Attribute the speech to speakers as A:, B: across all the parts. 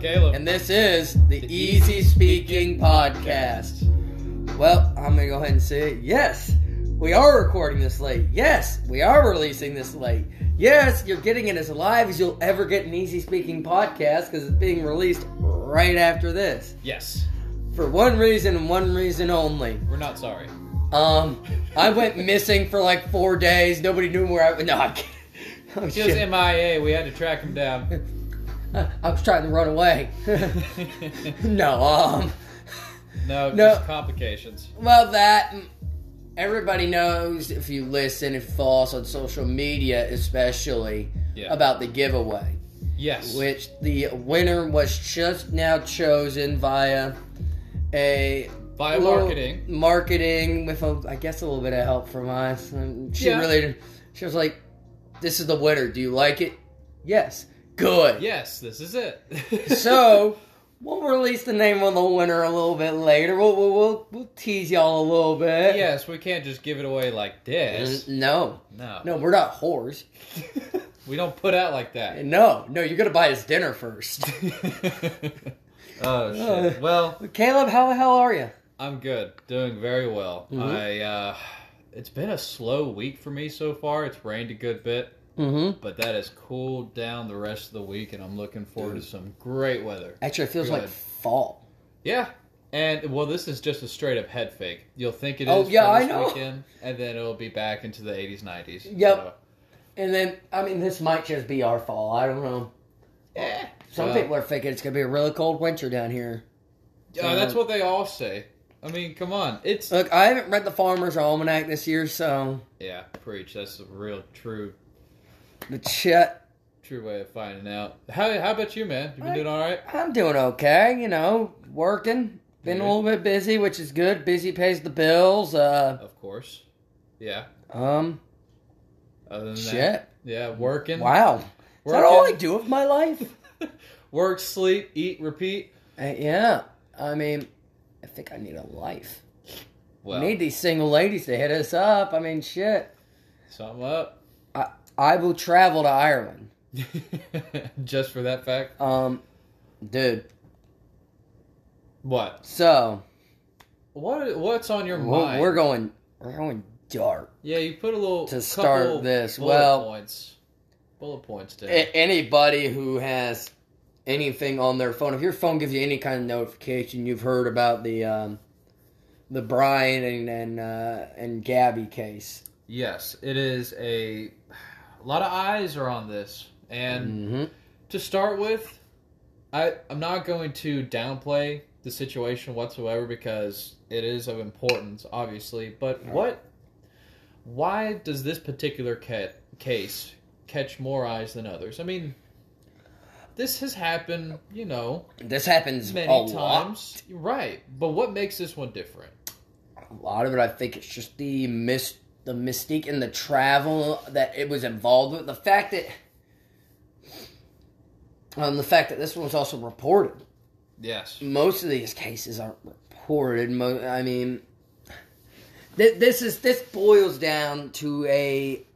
A: Caleb.
B: And this is the, Easy Speaking Podcast. Well, I'm going to go ahead and say it. Yes, we are recording this late. Yes, we are releasing this late. Yes, you're getting it as live as you'll ever get an Easy Speaking Podcast because it's being released right after this.
A: yes,
B: For one reason and one reason only.
A: we're not sorry.
B: Um, I went missing for like four days. Nobody knew where I was. No, I'm kidding. Oh,
A: He was
B: shit.
A: MIA. We had to track him down.
B: I was trying to run away. no, um,
A: no,
B: No.
A: just complications.
B: well, that mm, everybody knows if you listen, if you follow us on social media, especially
A: Yeah.
B: about the giveaway,
A: Yes.
B: which the winner was just now chosen via a
A: Via
B: little
A: marketing.
B: marketing with a, I guess, a little bit of help from us. And she
A: Yeah.
B: really, she was like, "This is the winner. Do you like it? Yes. Good.
A: Yes, this is it.
B: so we'll release the name on the winner a little bit later. We'll we'll, we'll, we'll tease y'all a little bit.
A: yes, we can't just give it away like
B: N-
A: this.
B: No,
A: No.
B: no, we're not whores.
A: We don't put out like that.
B: No, no, you gotta buy us dinner first.
A: oh shit. Well,
B: Caleb, how the hell are you?
A: I'm good. Doing very well.
B: Mm-hmm.
A: I uh it's been a slow week for me so far. It's rained a good bit.
B: Mm-hmm.
A: but that has cooled down the rest of the week, and I'm looking forward to some great weather.
B: Actually, it feels like
A: Good.
B: fall.
A: Yeah, and well, this is just a straight up head fake. You'll think it is
B: Oh, yeah,
A: for
B: I
A: this
B: know.
A: weekend, and then it'll be back into the 80s, 90s.
B: Yep.
A: So,
B: And then, I mean, this might just be our fall. I don't know.
A: eh.
B: Some
A: Well,
B: people are thinking it's gonna be a really cold winter down here.
A: yeah, Uh, that's what they all say. I mean, come on, it's
B: Look, I haven't read the Farmer's Almanac this year, so
A: yeah, preach. That's the real true.
B: but shit,
A: True way of finding out. How, how about you, man? You been
B: I-
A: doing all right?
B: I'm doing okay, you know, working. Been a
A: Good.
B: little bit busy, which is good. Busy pays the bills. Uh,
A: Of course. Yeah.
B: um,
A: Other than that,
B: shit.
A: yeah, working.
B: Wow. Is that
A: Working.
B: all I do with my life?
A: Work, sleep, eat, repeat.
B: Uh, yeah. I mean, I think I need a life.
A: Well,
B: need these single ladies to hit us up. I mean, shit.
A: something up.
B: I, I will travel to Ireland.
A: Just for that fact?
B: Um, dude.
A: What?
B: So
A: What? What's on your
B: we're,
A: mind?
B: we're going. We're going dark.
A: yeah, you put a little
B: To
A: couple
B: start this,
A: bullet
B: well-
A: points. Bullet points down.
B: A- anybody who has anything on their phone, if your phone gives you any kind of notification, you've heard about the um, the Brian and and, uh, and Gabby case.
A: yes, it is a, a lot of eyes are on this, and
B: hmm
A: to start with, I I'm not going to downplay the situation whatsoever because it is of importance, obviously. But what? Why does this particular ca- case catch more eyes than others? I mean, this has happened, you know,
B: This happens
A: many
B: a lot.
A: times, right? But what makes this one different?
B: A lot of it, I think, it's just the mis the mystique and the travel that it was involved with. The fact that. Um, the fact that this one was also reported.
A: Yes.
B: most of these cases aren't reported. Mo- I mean, th- this is this boils down to a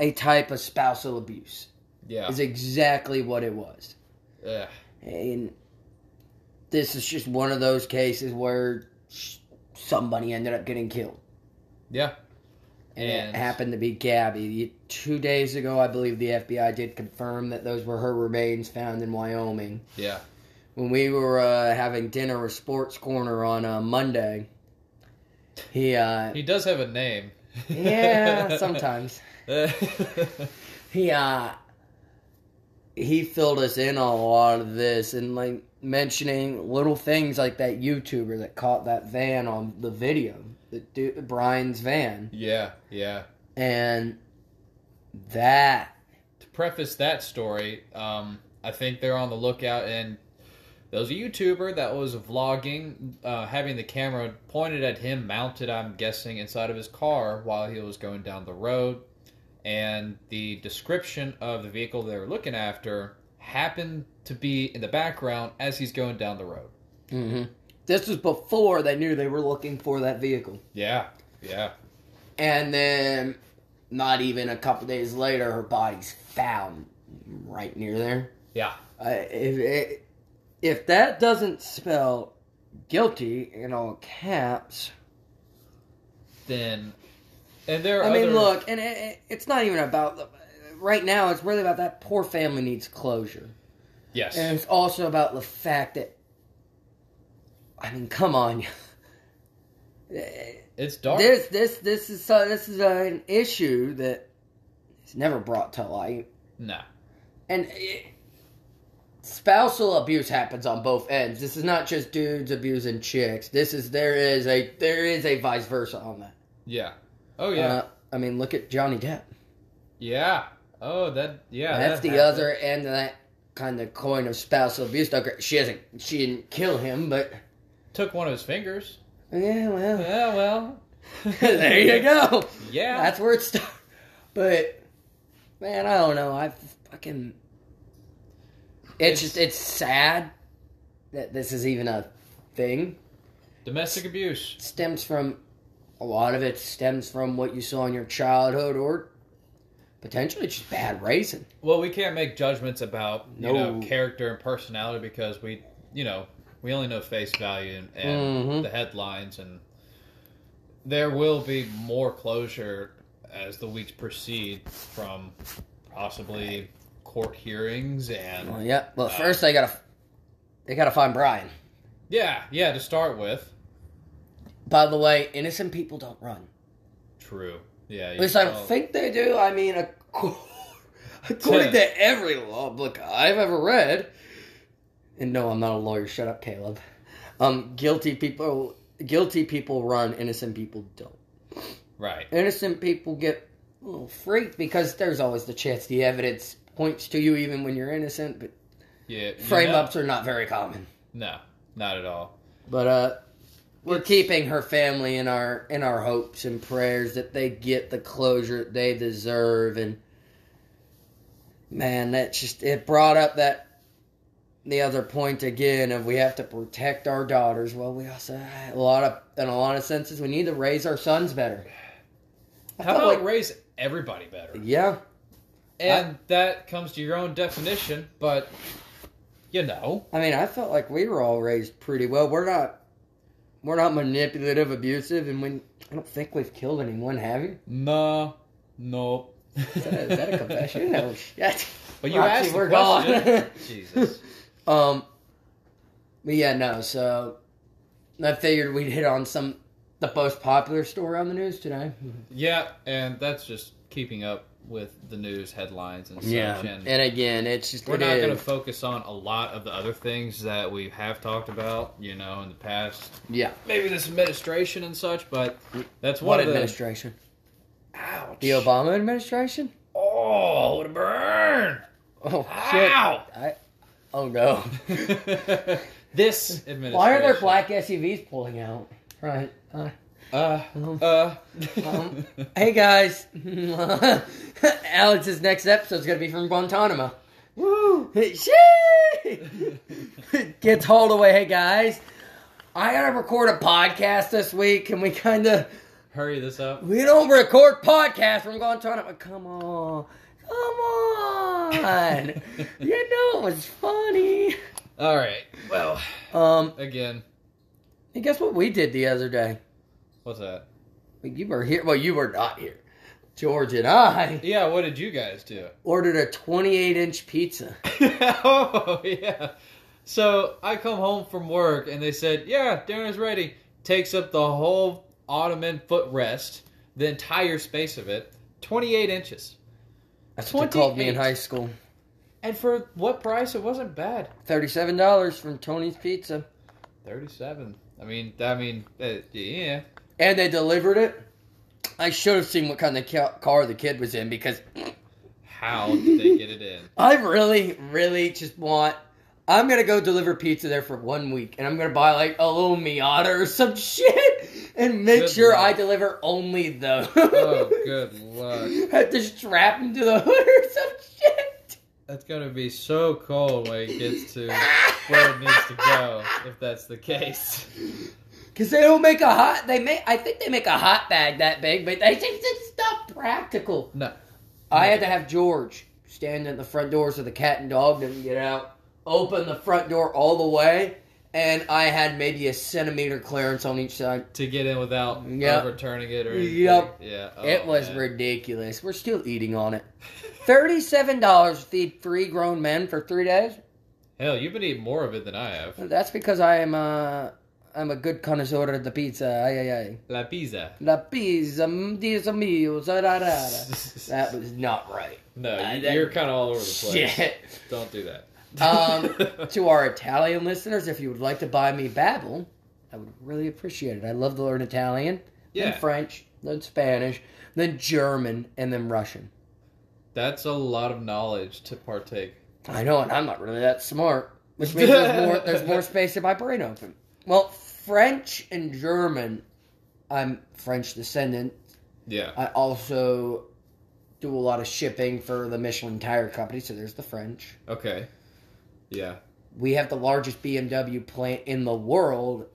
B: a type of spousal abuse.
A: Yeah.
B: Is exactly what it was,
A: Ugh.
B: and this is just one of those cases where sh- somebody ended up getting killed,
A: yeah.
B: and,
A: And-
B: it happened to be Gabby. You- Two days ago, I believe the FBI did confirm that those were her remains found in Wyoming.
A: Yeah.
B: when we were uh, having dinner or sports corner on uh, Monday, he uh,
A: He does have a name.
B: yeah sometimes he uh, he filled us in on a lot of this and like mentioning little things like that YouTuber that caught that van on the video, the du- Brian's van,
A: yeah. Yeah.
B: and that
A: to preface that story, um, I think they're on the lookout, and there was a YouTuber that was vlogging, uh, having the camera pointed at him, mounted, I'm guessing, inside of his car while he was going down the road. And the description of the vehicle they were looking after happened to be in the background as he's going down the road.
B: mhm. this was before they knew they were looking for that vehicle.
A: Yeah, yeah,
B: And then, not even a couple days later, her body's found right near there.
A: yeah.
B: I, it, it, if that doesn't spell guilty in all caps,
A: Then, and there. Are
B: I mean,
A: other-
B: look, and it, it- it's not even about the, right now. It's really about that poor family needs closure,
A: Yes.
B: and it's also about the fact that, I mean, come on,
A: it's dark.
B: this this this is so this is an issue that is never brought to light.
A: No.
B: and it, spousal abuse happens on both ends. This is not just dudes abusing chicks. This is there is a there is a vice versa on that.
A: Yeah. Oh yeah.
B: Uh, I mean, look at Johnny Depp.
A: yeah. Oh that. Yeah.
B: That's
A: that
B: the
A: happened.
B: other end of that kind of coin of spousal abuse. Now, gra- She hasn't she didn't kill him, but
A: Took one of his fingers.
B: yeah, well,
A: Yeah. Well.
B: there you go.
A: Yeah.
B: That's where it starts. But man, I don't know. I fucking it's
A: It's-
B: just it's sad that this is even a thing.
A: Domestic abuse.
B: stems from a lot of it stems from what you saw in your childhood or potentially just bad raising.
A: Well, we can't make judgments about
B: No.
A: you know character and personality because we you know we only know face value and, and
B: Mhm.
A: the headlines and there will be more closure as the weeks proceed from possibly court hearings
B: Well,
A: and
B: yeah. Well, first they gotta they gotta find Brian.
A: yeah yeah to start with
B: By the way, innocent people don't run.
A: true yeah
B: At least I don't think they do. I mean, ac- according to every law book I've ever read, and no, I'm not a lawyer. Shut up, Caleb. Um, guilty people, guilty people run. Innocent people don't.
A: right
B: innocent people get a little freaked because there's always the chance the evidence points to you even when you're innocent, but
A: yeah you
B: frame
A: know-
B: ups are not very common.
A: no not at all
B: But uh we're keeping her family in our in our hopes and prayers that they get the closure that they deserve and man, that just it brought up that the other point again of we have to protect our daughters. Well, we also a lot of in a lot of senses we need to raise our sons better. I
A: how
B: felt
A: about
B: like-
A: raise everybody better
B: yeah.
A: and that comes to your own definition but you know
B: I mean, I felt like we were all raised pretty well. We're not, we're not manipulative, abusive, and when I don't think we've killed anyone, have you?
A: No, no.
B: Is that, is that a confession? No shit.
A: But you
B: Roxy,
A: asked
B: we're
A: the question.
B: gone.
A: Jesus.
B: Um, but yeah, no. So I figured we'd hit on some the most popular story on the news today.
A: Yeah, and that's just keeping up with the news headlines and such. and
B: and again, it's just
A: we're
B: it
A: not
B: is-
A: going to focus on a lot of the other things that we have talked about, you know, in the past.
B: yeah,
A: Maybe this administration and such, but
B: Mm.
A: that's one
B: what
A: of the.
B: administration?
A: Ouch.
B: The Obama administration?
A: Oh, what a burn!
B: Oh shit!
A: Ow!
B: I, oh no!
A: this administration.
B: Why are there black SUVs pulling out? Right. Uh,
A: Uh,
B: um,
A: uh.
B: Um, Hey guys, Alex's next episode is gonna be from Guantanamo.
A: Woo!
B: Shee! Gets hauled away. Hey guys, I gotta record a podcast this week. and we kind of?
A: Hurry this up.
B: We don't record podcasts from Guantanamo. Come on, come on. you know it was funny.
A: All right. Well,
B: Um,
A: again,
B: and guess what we did the other day?
A: what's that?
B: You were here. Well, you were not here. George and I
A: Yeah, what did you guys do?
B: ordered a 28 inch pizza.
A: oh, yeah. So I come home from work and they said, yeah, dinner's ready. Takes up the whole ottoman footrest, the entire space of it, 28 inches.
B: That's what they called me in
A: 28.
B: high school.
A: And for what price? It wasn't bad.
B: Thirty-seven dollars from Tony's Pizza,
A: 37. I mean, I mean, uh, yeah.
B: and they delivered it. I should have seen what kind of ca- car the kid was in because
A: How did they get it in?
B: I really, really just want. I'm gonna go deliver pizza there for one week, and I'm gonna buy like a little Miata or some shit, and make
A: Good
B: sure I
A: luck.
B: deliver only those.
A: Oh, good luck.
B: Have to strap him to the hood or some shit.
A: That's gonna be so cold when it gets to where it needs to go, if that's the case.
B: Cause they don't make a hot. They make. I think they make a hot bag that big, but they just it's not practical.
A: No.
B: I had to have George stand at the front door so the cat and dog didn't get out. open the front door all the way, and I had maybe a centimeter clearance on each side.
A: to get in without
B: Yep.
A: overturning it or anything.
B: Yep.
A: Yeah. oh,
B: it was
A: man.
B: ridiculous. We're still eating on it. Thirty-seven dollars feed three grown men for three days.
A: Hell, you've been eating more of it than I have.
B: That's because I am a I'm a good connoisseur of the pizza. Ay ay ay.
A: La pizza.
B: La pizza, mm, Dios mio, ra ra ra. That was not right.
A: no,
B: Uh,
A: you,
B: that-
A: you're kind of all over the place.
B: Shit.
A: Don't do that.
B: Um, to our Italian listeners, if you would like to buy me Babbel, I would really appreciate it. I love to learn Italian,
A: yeah,
B: then French, then Spanish, then German, and then Russian.
A: that's a lot of knowledge to partake.
B: I know, and I'm not really that smart, which means there's more, there's more space in my brain open. Well, French and German, I'm French descendant.
A: Yeah.
B: I also do a lot of shipping for the Michelin Tire Company, so there's the French.
A: Okay. Yeah.
B: we have the largest BMW plant in the world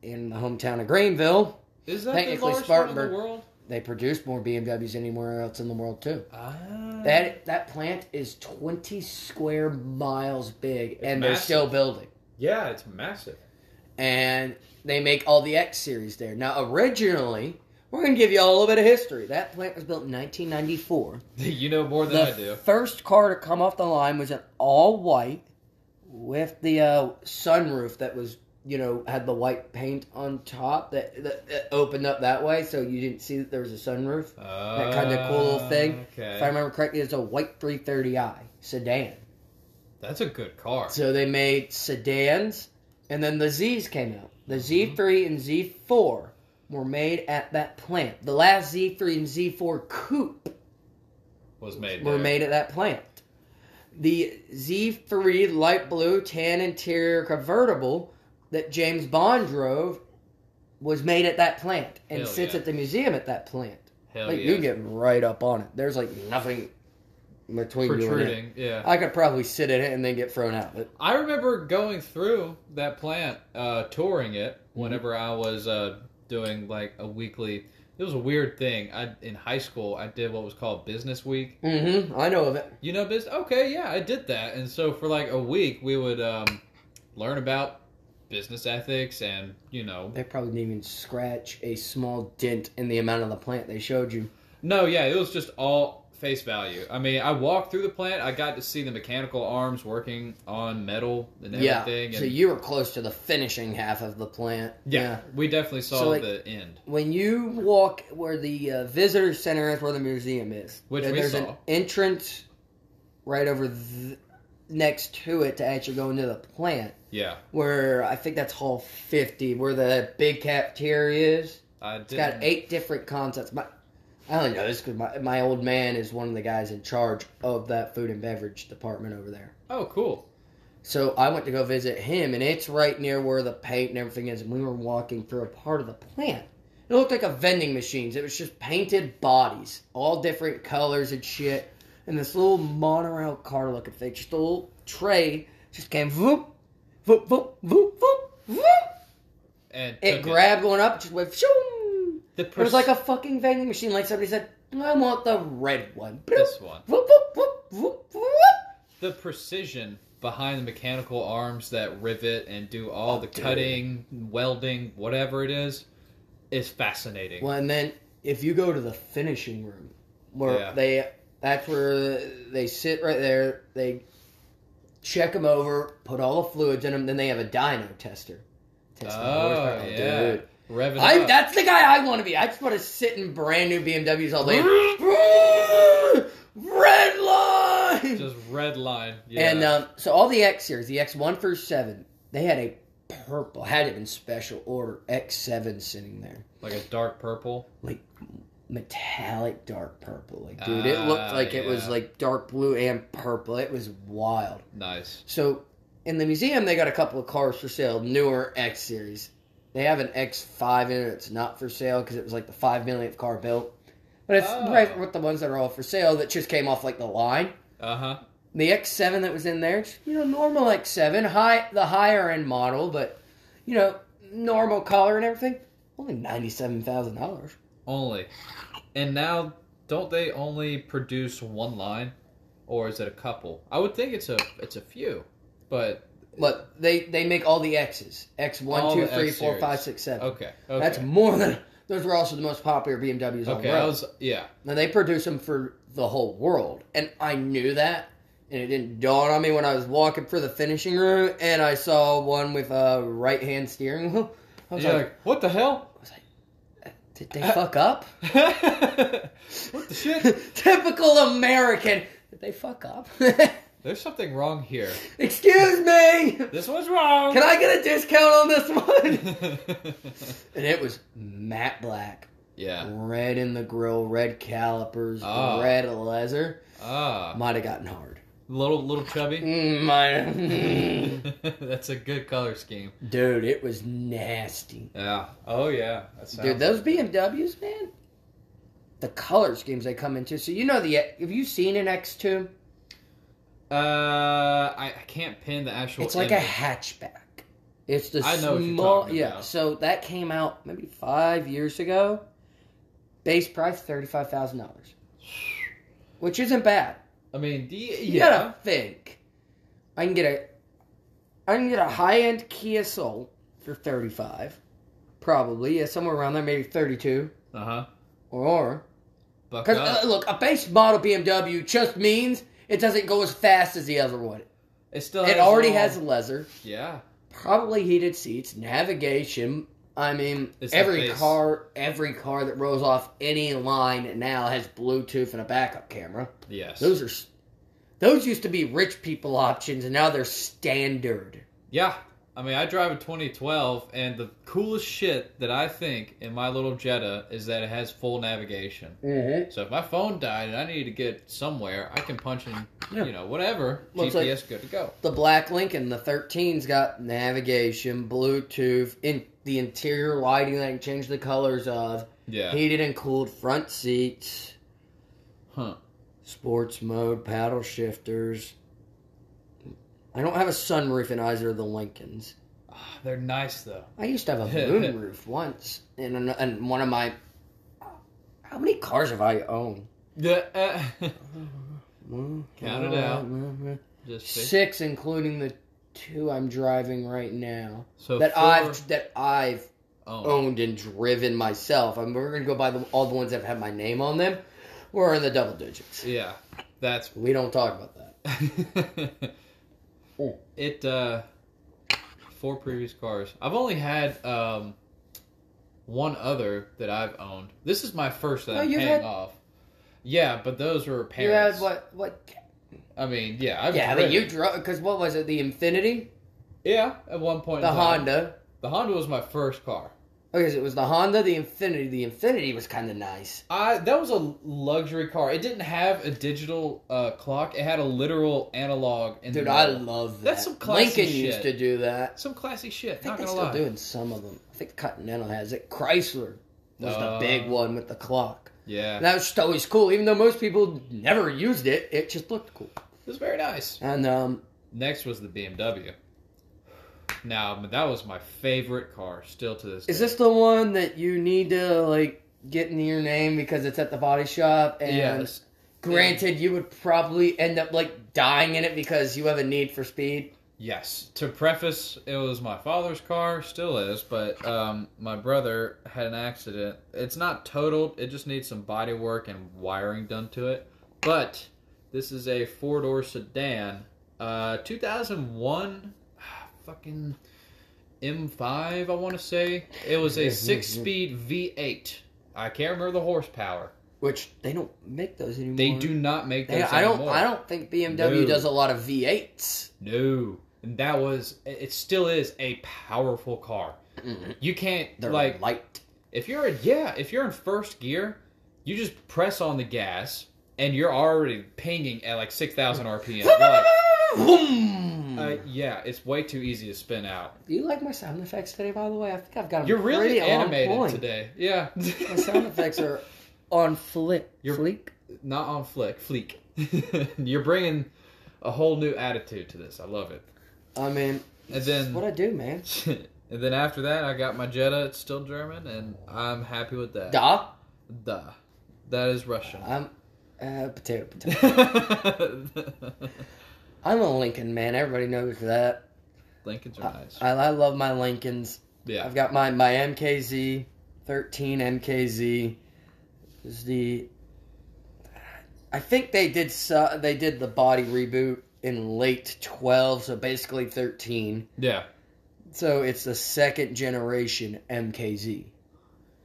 B: in the hometown of Greenville.
A: Is that the
B: Technically
A: largest one in
B: Spartanburg.
A: the world?
B: They produce more BMWs anywhere else in the world too.
A: Ah.
B: That that plant is 20 square miles big and they're
A: massive.
B: still building.
A: Yeah, it's massive.
B: And they make all the X series there. Now originally, we're going to give you all a little bit of history. That plant was built in 1994.
A: you know more than I
B: The
A: do.
B: first car to come off the line was an all white with the uh, sunroof that was, you know, had the white paint on top that, that that opened up that way, so you didn't see that there was a sunroof.
A: That
B: kinda cool little thing.
A: Okay.
B: If I remember correctly, it was a white 330i sedan.
A: That's a good car.
B: So they made sedans, and then the Zs came out. The
A: Mm-hmm.
B: Z3 and Z4 were made at that plant. The last Z3 and Z4 coupe
A: Was made.
B: were
A: there.
B: made at that plant. The Z3 light blue tan interior convertible that James Bond drove was made at that plant and
A: Hell
B: sits
A: yeah.
B: at the museum at that plant.
A: Hell
B: like
A: yeah.
B: you get right up on it. There's like nothing between you and it.
A: protruding. Yeah.
B: I could probably sit in it and then get thrown out. But
A: I remember going through that plant, uh, touring it
B: Mm-hmm.
A: whenever I was uh, doing like a weekly. It was a weird thing. I in high school I did what was called Business Week.
B: hmm I know of it.
A: You know, business. Okay, yeah, I did that, and so for like a week we would um, learn about business ethics and you know.
B: They probably didn't even scratch a small dent in the amount of the plant they showed you.
A: No, yeah, it was just all face value. I mean, I walked through the plant. I got to see the mechanical arms working on metal and
B: yeah.
A: everything. and
B: So you were close to the finishing half of the plant.
A: yeah, we definitely saw
B: So, like-
A: the end.
B: when you walk where the uh, visitor center is, where the museum is,
A: Which
B: there-
A: we
B: there's an
A: saw.
B: entrance right over th- next to it to actually go into the plant.
A: Yeah,
B: Where I think that's Hall 50, where the big cafeteria is.
A: I did.
B: It's got eight different concepts. My, I only know this because my, my old man is one of the guys in charge of that food and beverage department over there.
A: Oh, cool.
B: So I went to go visit him, and it's right near where the paint and everything is. And we were walking through a part of the plant. It looked like a vending machines. It was just painted bodies, all different colors and shit. And this little monorail car looking thing, just a little tray, just came voop, voop, voop, voop, voop, voop.
A: And
B: It
A: took
B: grabbed one up, just went shoom.
A: The
B: It was like a fucking vending machine. Like somebody said, I want the red one.
A: this one.
B: Voop, voop, voop, voop, voop.
A: The precision behind the mechanical arms that rivet and do all the cutting, welding, whatever it is, is fascinating.
B: Well, and then if you go to the finishing room, where
A: Yeah.
B: they that's where they sit right there. They check them over, put all the fluids in them. Then they have a dyno tester. Test the horsepower.
A: Oh yeah,
B: dude.
A: Rev it
B: I,
A: up.
B: that's the guy I want to be. I just want to sit in brand new BMWs all day. Red line.
A: just red line. Yeah.
B: And um, so all the X series, the X1 through 7, they had a purple, had it in special order, X7 sitting there.
A: like a dark purple.
B: like metallic dark purple. Like, dude, it looked
A: Ah,
B: like it was
A: yeah.
B: like dark blue and purple. It was wild.
A: Nice.
B: So in the museum, they got a couple of cars for sale, newer X series. They have an X5 in it. It's not for sale because it was like the five millionth car built, but it's
A: Oh.
B: right with the ones that are all for sale that just came off like the line.
A: Uh huh.
B: The X7 that was in there, you know, normal X7, high the higher end model, but you know, normal color and everything. Only ninety seven thousand dollars.
A: Only. And now, don't they only produce one line, or is it a couple? I would think it's a it's a few. but
B: But they they make all the X's. X one,
A: All
B: two,
A: the
B: three,
A: X
B: four,
A: series.
B: five, six, seven.
A: okay, okay,
B: That's more than those were also the most popular BMWs on
A: okay.
B: the road.
A: I was yeah.
B: Now they produce them for the whole world, and I knew that, and it didn't dawn on me when I was walking for the finishing room and I saw one with a right hand steering wheel. I was
A: You're
B: like,
A: like, what the hell?
B: did they fuck up?
A: what the shit?
B: Typical American. Did they fuck up?
A: There's something wrong here.
B: Excuse me.
A: This was wrong.
B: Can I get a discount on this one? and it was matte black,
A: yeah.
B: red in the grill, red calipers,
A: Ah.
B: red leather.
A: Ah,
B: Might have gotten hard.
A: little little chubby.
B: Mm, might.
A: That's a good color scheme.
B: Dude, it was nasty.
A: Yeah. Oh yeah. That sounds
B: Dude, those BMWs, man. The color schemes they come into. So you know the have you seen an X2?
A: Uh, I, I can't pin the actual.
B: It's like a
A: image.
B: hatchback. It's the
A: I know what you're
B: small
A: talking
B: yeah.
A: about.
B: So that came out maybe five years ago. Base price thirty five thousand dollars, which isn't bad.
A: I mean, the, yeah.
B: You gotta think. I can get a, I can get a high end Kia Soul for thirty five, probably yeah, somewhere around there, maybe thirty two
A: Uh huh.
B: or
A: Buck
B: Because
A: up.
B: uh, look, a base model BMW just means it doesn't go as fast as the other one.
A: it still.
B: It already
A: little-
B: has leather,
A: Yeah.
B: probably heated seats, navigation. I mean,
A: It's the
B: every
A: base.
B: car, every car that rolls off any line now has Bluetooth and a backup camera.
A: Yes.
B: Those are, s- those used to be rich people options, and now they're standard.
A: Yeah. I mean, I drive a 2012, and the coolest shit that I think in my little Jetta is that it has full navigation.
B: Mm-hmm.
A: So if my phone died and I need to get somewhere, I can punch in,
B: Yeah.
A: you know, whatever.
B: Looks like-
A: GPS, good to go.
B: The black Lincoln, the 13's got navigation, Bluetooth, in the interior lighting that you can change the colors of.
A: Yeah.
B: Heated and cooled front seats,
A: Huh.
B: sports mode, paddle shifters. I don't have a sunroof in either of the Lincolns.
A: Ah, they're nice though.
B: I used to have a moonroof once in, an, in one of my. How many cars have I owned?
A: Yeah. uh, Count it out.
B: Mm-hmm.
A: just fix-
B: Six, including the two I'm driving right now
A: so
B: that
A: four-
B: I've that I've
A: oh,
B: owned and driven myself. I'm we're gonna go by the, all the ones that have my name on them. We're in the double digits.
A: yeah. That's
B: We don't talk about that. Oh.
A: it uh four previous cars. I've only had um one other that I've owned. This is my first that
B: No,
A: I'm
B: Oh, you've
A: paying
B: had-
A: off. Yeah, but those were
B: You had
A: parents.
B: what? What?
A: I mean, yeah, I've
B: yeah, but
A: driven.
B: you drove because what was it? The Infinity,
A: Yeah, at one point.
B: the
A: in time.
B: Honda.
A: The Honda was my first car.
B: Okay, so it was the Honda, the Infinity. The Infinity was kind of nice.
A: I that was a luxury car. It didn't have a digital uh, clock. It had a literal analog. In
B: Dude,
A: the
B: I
A: middle.
B: love that.
A: That's some classy
B: Lincoln
A: shit.
B: used to do that.
A: some classy
B: I
A: shit.
B: think
A: not
B: they're
A: gonna
B: still
A: lie.
B: doing some of them. I think Continental has it. Chrysler was the
A: Uh,
B: big one with the clock. And
A: Yeah,
B: that was just always cool, even though most people never used it. It just looked cool.
A: it was very nice.
B: And um,
A: Next was the BMW. Now but that was my favorite car, still to this.
B: is
A: day.
B: this the one that you need to like get in your name because it's at the body shop? And
A: yes?
B: Granted, you would probably end up like dying in it because you have a need for speed.
A: Yes. To preface, it was my father's car, still is, but um, my brother had an accident. It's not totaled, it just needs some body work and wiring done to it. But this is a four door sedan, uh, 2001 ah, fucking M5, I want to say. It was a six speed V8. I can't remember the horsepower.
B: Which they don't make those anymore.
A: They do not make
B: They-
A: those
B: I don't.
A: anymore.
B: I don't think BMW
A: No.
B: does a lot of V8s.
A: No, and that was it. it Still is a powerful car. You can't
B: Mm-hmm. They're
A: like
B: light.
A: if you're in yeah if you're in first gear, you just press on the gas and you're already pinging at like six thousand RPM. You're like,
B: Vroom.
A: uh, yeah, it's way too easy to spin out.
B: Do you like my sound effects today? By the way, I think I've got them
A: You're really
B: pretty on
A: animated
B: point.
A: today. Yeah,
B: My sound effects are on flick.
A: You're-
B: fleek.
A: not on flick fleek. you're bringing a whole new attitude to this. I love it.
B: I mean,
A: And
B: that's
A: then
B: what I do, man.
A: and then after that, I got my Jetta. It's still German, and I'm happy with that.
B: Da.
A: Duh. That is Russian.
B: Uh, I'm uh, potato potato.
A: I
B: I'm a Lincoln man. Everybody knows that.
A: Lincolns are nice.
B: I, I love my Lincolns.
A: yeah.
B: uh, I've got my my MKZ 13 MKZ. This is the I think they did so, they did the body reboot in late 12, so basically 13.
A: yeah.
B: So it's the second generation MKZ.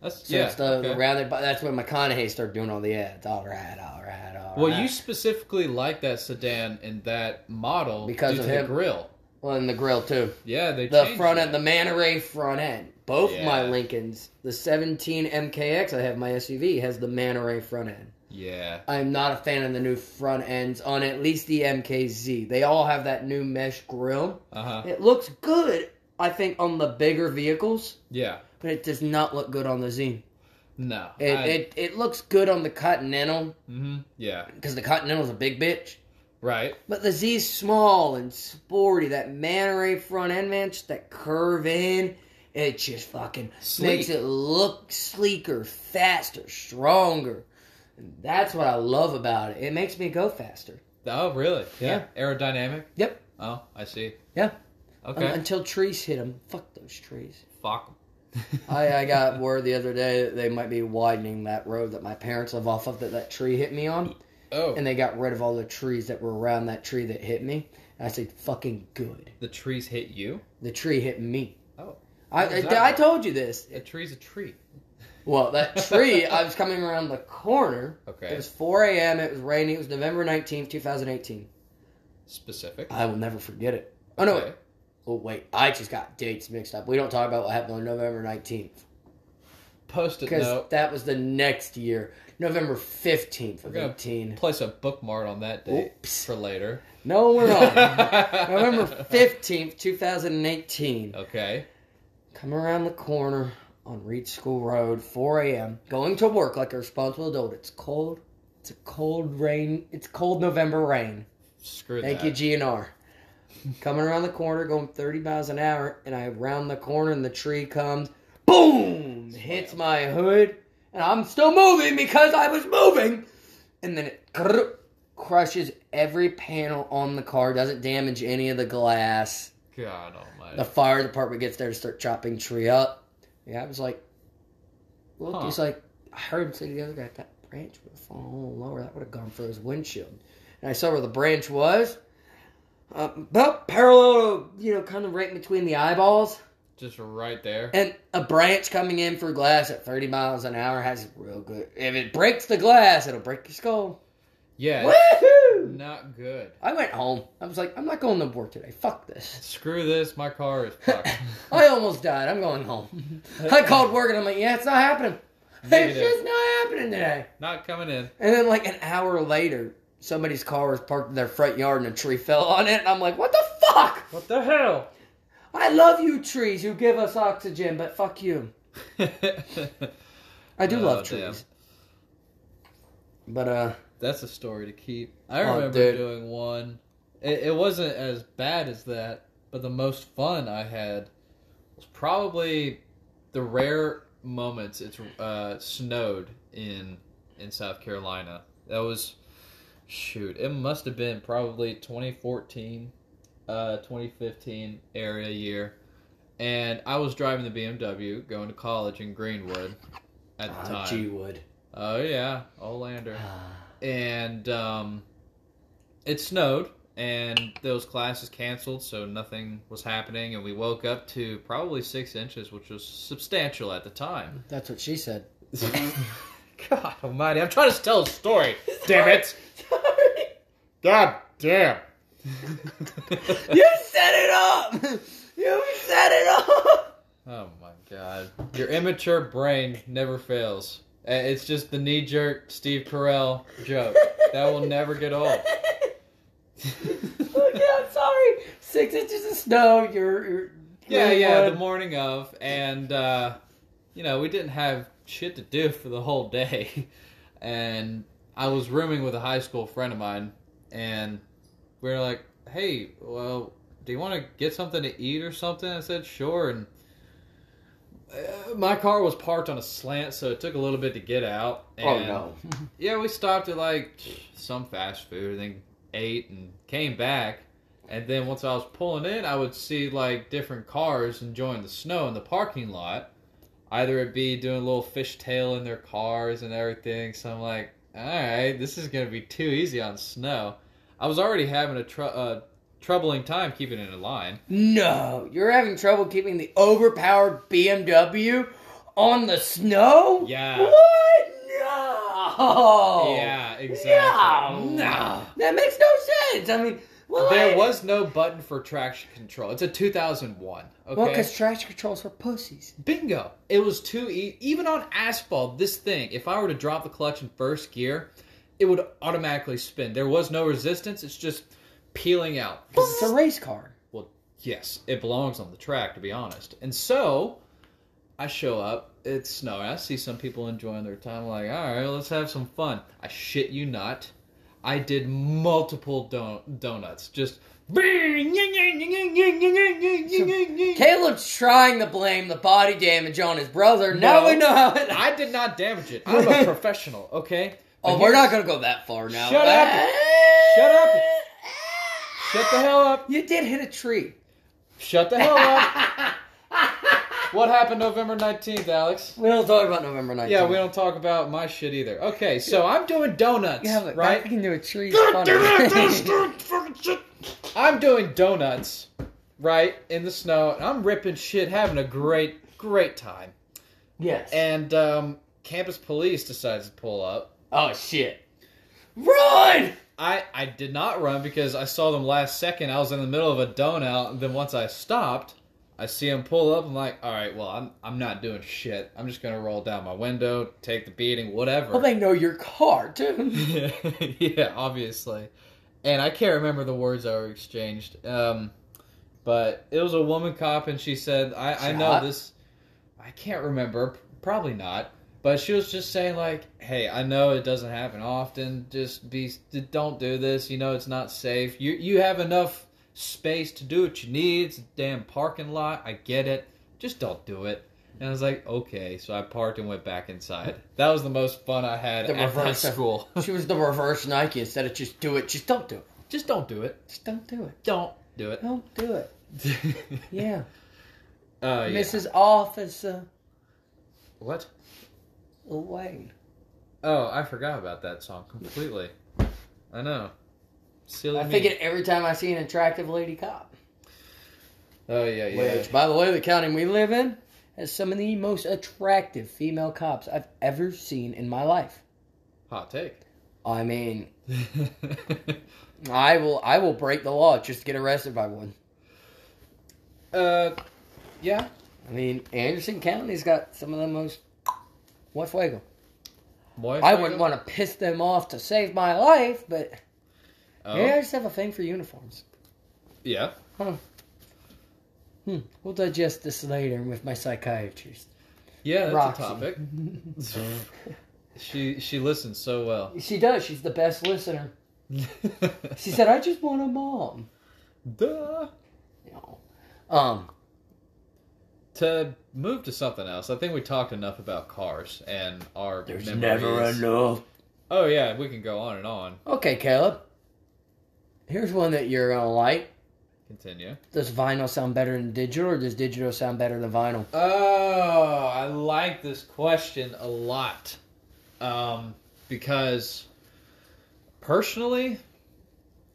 A: That's
B: So
A: yeah.
B: it's the, the
A: okay.
B: rounded. bo- That's when McConaughey started doing all the ads. All right, all right, all right.
A: Well, you specifically like that sedan and that model
B: Because
A: due
B: of
A: to
B: him.
A: the grill.
B: well, and the grill too.
A: Yeah, they
B: the
A: changed
B: front
A: it.
B: end, the manta ray front end. Both my
A: Yeah.
B: Lincolns, the 17 MKX I have my SUV has the manta ray front end.
A: Yeah,
B: I'm not a fan of the new front ends on at least the MKZ. They all have that new mesh grill.
A: uh huh.
B: It looks good, I think, on the bigger vehicles,
A: Yeah,
B: but it does not look good on the Z.
A: no.
B: It
A: I-
B: it, it looks good on the Continental
A: mhm, Yeah,
B: because the Continental's a big bitch.
A: right.
B: But the Z's small and sporty. That manta ray front end, man, just that curve in. It just fucking
A: Sleek.
B: makes it look sleeker, faster, stronger. And that's what I love about it. It makes me go faster.
A: Oh, really? Yeah. Aerodynamic.
B: Yep.
A: Oh, I see.
B: Yeah. Um,
A: Okay.
B: until trees hit them. Fuck those trees.
A: Fuck.
B: I, I got word the other day that they might be widening that road that my parents live off of that that tree hit me on.
A: oh,
B: And they got rid of all the trees that were around that tree that hit me. And I said, fucking good.
A: the trees hit you.
B: The tree hit me.
A: Oh.
B: I,
A: What was that
B: I, I
A: about?
B: told you this.
A: A tree's a tree.
B: Well, that tree, I was coming around the corner. It
A: Okay.
B: was 4 a.m. It was raining. It was November 19th, 2018.
A: Specific.
B: I will never forget it. Oh, no, wait.
A: Okay.
B: Oh, wait. I just got dates mixed up. We don't talk about what happened on November 19th.
A: Post-it
B: Because
A: note.
B: that was the next year. November 15th of
A: We're gonna-
B: 18.
A: Place a bookmark on that date
B: Oops.
A: for later.
B: No, we're on. November
A: November
B: 15th, 2018.
A: Okay.
B: Come around the corner on Reed School Road, 4 a.m. Going to work like a responsible adult. It's cold. It's a cold rain. It's cold November rain.
A: Screw
B: Thank
A: that.
B: you, GNR. Coming around the corner, going 30 miles an hour, and I round the corner, and the tree comes, boom, hits my hood, and I'm still moving because I was moving, and then it crrr, crushes every panel on the car, doesn't damage any of the glass.
A: God almighty.
B: The fire department gets there to start chopping tree up. Yeah, I was like, look,
A: Huh.
B: he's like, I heard him say to the other guy, that branch would have fallen a little lower. That would have gone for his windshield. And I saw where the branch was, uh, about parallel to, you know, kind of right in between the eyeballs.
A: Just right there.
B: And a branch coming in for glass at 30 miles an hour has real good. If it breaks the glass, it'll break your skull.
A: Yeah.
B: Woohoo!
A: Not good.
B: I went home. I was like, I'm not going to work today. Fuck this.
A: Screw this. My car is fucked.
B: I almost died. I'm going home. I called work and I'm like, yeah, it's not happening. It's
A: Negative.
B: just not happening today.
A: Not coming in.
B: And then like an hour later, somebody's car was parked in their front yard and a tree fell on it. And I'm like, what the fuck?
A: What the hell?
B: I love you trees who give us oxygen, but fuck you. I do
A: Oh,
B: love
A: damn.
B: trees. But uh,
A: That's a story to keep. I
B: Oh,
A: remember
B: dude.
A: doing one. It, it wasn't as bad as that, but the most fun I had was probably the rare moments it's uh, snowed in in South Carolina. That was shoot. It must have been probably 2014, uh, 2015 area year, and I was driving the BMW going to college in Greenwood at the
B: uh
A: time.
B: G wood.
A: Oh yeah, Olander and um, it snowed and those classes canceled so nothing was happening and we woke up to probably six inches which was substantial at the time
B: That's what she said.
A: god almighty i'm trying to tell a story damn it
B: Sorry.
A: god damn
B: You set it up. You set it up.
A: oh my god your immature brain never fails Uh, it's just the knee-jerk steve carell joke that will never get old
B: Look, yeah, I'm sorry. Six inches of snow. You're, you're
A: Yeah,
B: really
A: yeah,
B: one.
A: the morning of, and uh, you know we didn't have shit to do for the whole day, and I was rooming with a high school friend of mine, and we were like, "Hey, well, do you want to get something to eat or something?" I said, "Sure," and uh, my car was parked on a slant, so it took a little bit to get out. And
B: oh no.
A: yeah, we stopped at like some fast food and then ate and came back. And then once I was pulling in, I would see like different cars enjoying the snow in the parking lot. Either it be doing a little fishtail in their cars and everything. So I'm like, all right, this is gonna be too easy on snow. I was already having a tr- uh, troubling time keeping it in line.
B: No, you're having trouble keeping the overpowered BMW on the snow?
A: Yeah.
B: What? No.
A: Yeah,
B: No.
A: exactly.
B: Oh. no. That makes no sense. I mean, well, I-
A: There was no button for traction control. It's a 2001. Okay.
B: Well, because traction controls for pussies.
A: Bingo. It was too e- even on asphalt. This thing, if I were to drop the clutch in first gear, it would automatically spin. There was no resistance. It's just peeling out.
B: 'Cause it's a race car.
A: Well, yes, it belongs on the track to be honest. And so, I show up. It's snowing. I see some people enjoying their time. I'm like, all right, let's have some fun. I shit you not. I did multiple don- donuts. Just.
B: Caleb's trying to blame the body damage on his brother. Now
A: No.
B: we know how it.
A: I did not damage it. I'm a professional, okay?
B: oh,
A: But
B: we're
A: here's-
B: not going to go that far now.
A: Shut up. Shut up. Shut the hell up.
B: You did hit a tree.
A: Shut the hell up. what happened November 19th, Alex?
B: We don't talk about November 19th.
A: Yeah, we don't talk about my shit either. Okay, so I'm doing donuts,
B: Yeah, but
A: right?
B: I can do a tree.
A: I'm doing donuts, right, in the snow, and I'm ripping shit, having a great, great time.
B: yes.
A: And um, campus police decides to pull up.
B: oh shit. Run!
A: I, I did not run because I saw them last second. I was in the middle of a donut, and then once I stopped, I see them pull up. I'm like, all right, well, I'm I'm not doing shit. I'm just gonna roll down my window, take the beating, whatever.
B: Well, they know your car too.
A: yeah, obviously. And I can't remember the words that were exchanged. Um, but it was a woman cop, and she said, I, I know
B: Shot?
A: this. I can't remember. p- Probably not. But she was just saying, like, hey, I know it doesn't happen often. Just be, d- don't do this. You know, it's not safe. You, you have enough space to do what you need. It's a damn parking lot. I get it. Just don't do it. And I was like, okay. So I parked and went back inside. That was the most fun I had
B: The
A: at that
B: reverse of-
A: school.
B: she was the reverse Nike. Instead of just do it, just don't do it.
A: Just don't do it.
B: Just don't do it.
A: Don't do it.
B: Don't do it. Yeah.
A: Uh, yeah.
B: Mrs. Officer
A: What?
B: Lil Wayne.
A: Oh, I forgot about that song completely. I know. Silly
B: I
A: me.
B: think it every time I see an attractive lady cop.
A: Oh yeah, yeah.
B: Which, by the way, the county we live in has some of the most attractive female cops I've ever seen in my life.
A: Hot take.
B: I mean, I will I will break the law just to get arrested by one.
A: uh, yeah.
B: I mean, Anderson County's got some of the most. What fuego?
A: Boy,
B: I wouldn't want to piss them off to save my life, but
A: Oh,
B: yeah, I just have a thing for uniforms.
A: yeah.
B: Hmm. We'll digest this later with my psychiatrist.
A: Yeah, that's
B: Roxy.
A: a topic. she she listens so well.
B: She does. She's the best listener. She said, "I just want a mom."
A: Duh.
B: No. Um.
A: To move to something else, I think we talked enough about cars and our memories.
B: enough.
A: Oh yeah, we can go on and on.
B: Okay, Caleb. Here's one that you're gonna like.
A: Continue.
B: Does vinyl sound better than digital, or does digital sound better than vinyl?
A: Oh, I like this question a lot. Um, because personally,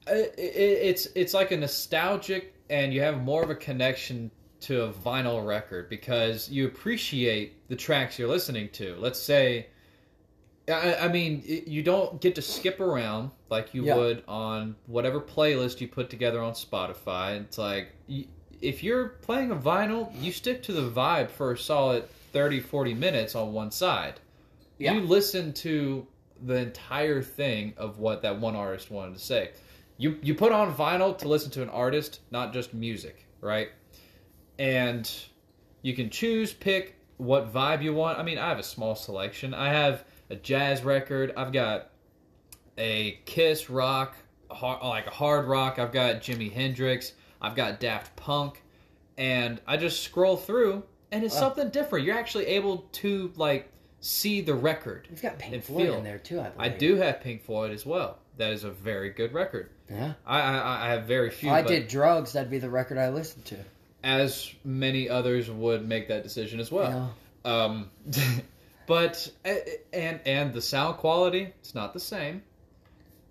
A: i i it's it's like a nostalgic, and you have more of a connection to a vinyl record because you appreciate the tracks you're listening to. Let's say, I, I mean, i- you don't get to skip around like you
B: Yeah.
A: would on whatever playlist you put together on Spotify. It's like you, if you're playing a vinyl, you stick to the vibe for a solid 30, 40 minutes on one side.
B: Yeah.
A: You listen to the entire thing of what that one artist wanted to say. You you put on vinyl to listen to an artist, not just music, right? And you can choose, pick what vibe you want. I mean, I have a small selection. I have a jazz record. I've got a Kiss rock, har like a hard rock. I've got Jimi Hendrix. I've got Daft Punk, and I just scroll through, and it's
B: Wow.
A: something different. You're actually able to like see the record.
B: You've got Pink
A: And
B: Floyd
A: feel.
B: in there too. I,
A: I
B: believe.
A: do have Pink Floyd as well. that is a very good record.
B: Yeah.
A: I I, I have very few.
B: If I
A: but
B: did drugs, that'd be the record I listened to.
A: as many others would make that decision as well.
B: Yeah.
A: Um, but eh, and and the sound quality, it's not the same,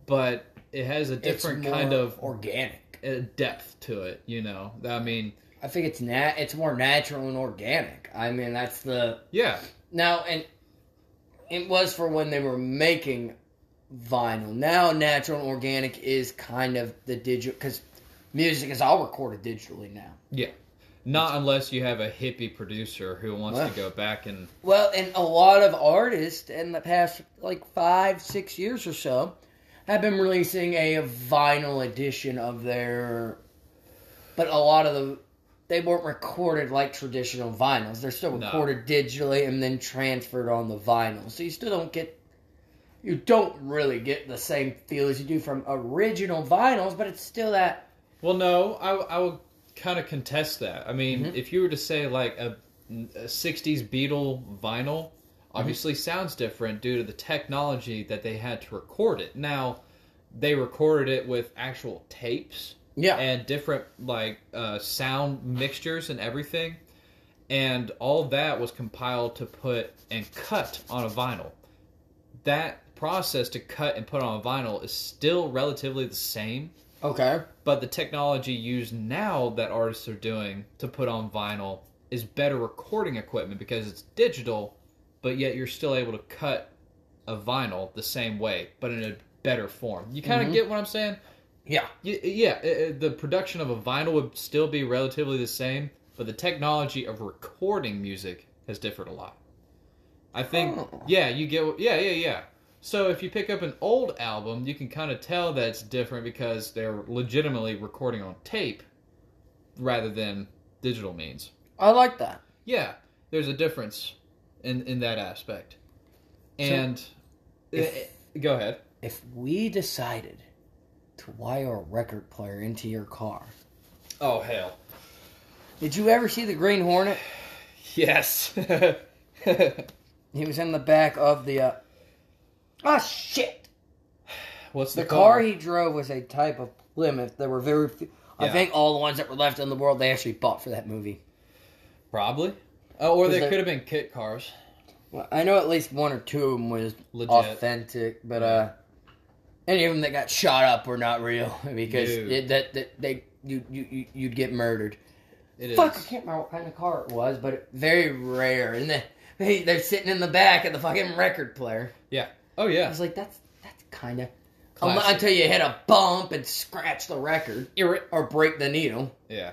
A: but it has a
B: It's
A: different
B: more
A: kind of
B: organic.
A: uh, depth to it. You know, I mean,
B: I think it's nat. It's more natural and organic. I mean, that's the
A: yeah,
B: now, and it was for when they were making vinyl. Now, natural and organic is kind of the digital because music is all recorded digitally now.
A: not unless you have a hippie producer who wants
B: Well.
A: to go back and
B: Well, and a lot of artists in the past like five, six years or so have been releasing a vinyl edition of their. But a lot of the they weren't recorded like traditional vinyls. They're still
A: No.
B: recorded digitally and then transferred on the vinyl. So you still don't get. You don't really get the same feel as you do from original vinyls, but it's still that.
A: Well, no, I, I would kind of contest that. I mean,
B: Mhm.
A: if you were to say like a, a 60s Beatle vinyl, obviously sounds different due to the technology that they had to record it. Now, they recorded it with actual tapes
B: Yeah.
A: and different like uh, sound mixtures and everything. And all that was compiled to put and cut on a vinyl. That process to cut and put on a vinyl is still relatively the same
B: Okay.
A: but the technology used now that artists are doing to put on vinyl is better recording equipment because it's digital, but yet you're still able to cut a vinyl the same way, but in a better form. You kind of
B: Mhm.
A: get what I'm saying?
B: Yeah.
A: Y- yeah, i- i- the production of a vinyl would still be relatively the same, but the technology of recording music has differed a lot. I think,
B: Oh.
A: yeah, you get, what- yeah, yeah, yeah. So if you pick up an old album, you can kind of tell that it's different because they're legitimately recording on tape rather than digital means.
B: I like that.
A: Yeah, there's a difference in in that aspect. And
B: if-
A: eh, go ahead.
B: If we decided to wire a record player into your car,
A: Oh hell.
B: Did you ever see the Green Hornet?
A: Yes.
B: He was in the back of the. Uh... Ah, shit!
A: What's
B: The
A: the,
B: car he drove was a type of Plymouth. There were very few. I
A: Yeah.
B: think all the ones that were left in the world they actually bought for that movie.
A: Probably. Oh, or
B: Was
A: they
B: there-
A: could have been kit cars.
B: Well, I know at least one or two of them was
A: Legit.
B: authentic, but uh, any of them that got shot up were not real because
A: No.
B: it, that, that they you you you- you'd get murdered.
A: It is.
B: Fuck, I can't remember what kind of car it was, but very rare. And they- they they're sitting in the back of the fucking record player.
A: Oh
B: I
A: yeah.
B: was like, that's that's kind of.
A: Classic.
B: Until you hit a bump and scratch the record
A: Irri-
B: or break the needle,
A: yeah.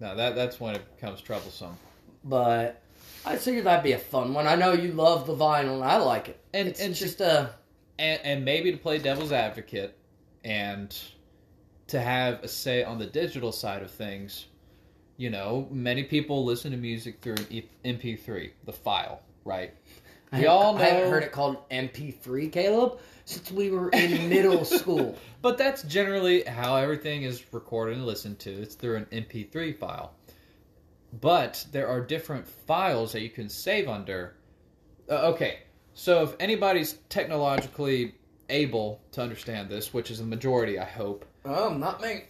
A: No, that that's when it becomes troublesome.
B: but I figured that'd be a fun one. I know you love the vinyl, and I like it.
A: And
B: it's
A: and
B: just a
A: and, and maybe to play devil's advocate and to have a say on the digital side of things you know many people listen to music through an E- mp3 the file right
B: I
A: We all
B: haven't- I haven't
A: know-
B: heard it called MP3, Caleb, since we were in middle school.
A: but that's generally how everything is recorded and listened to it's through an mp3 file but there are different files that you can save under uh, okay so if anybody's technologically able to understand this which is the majority i hope
B: Oh, not me.
A: I-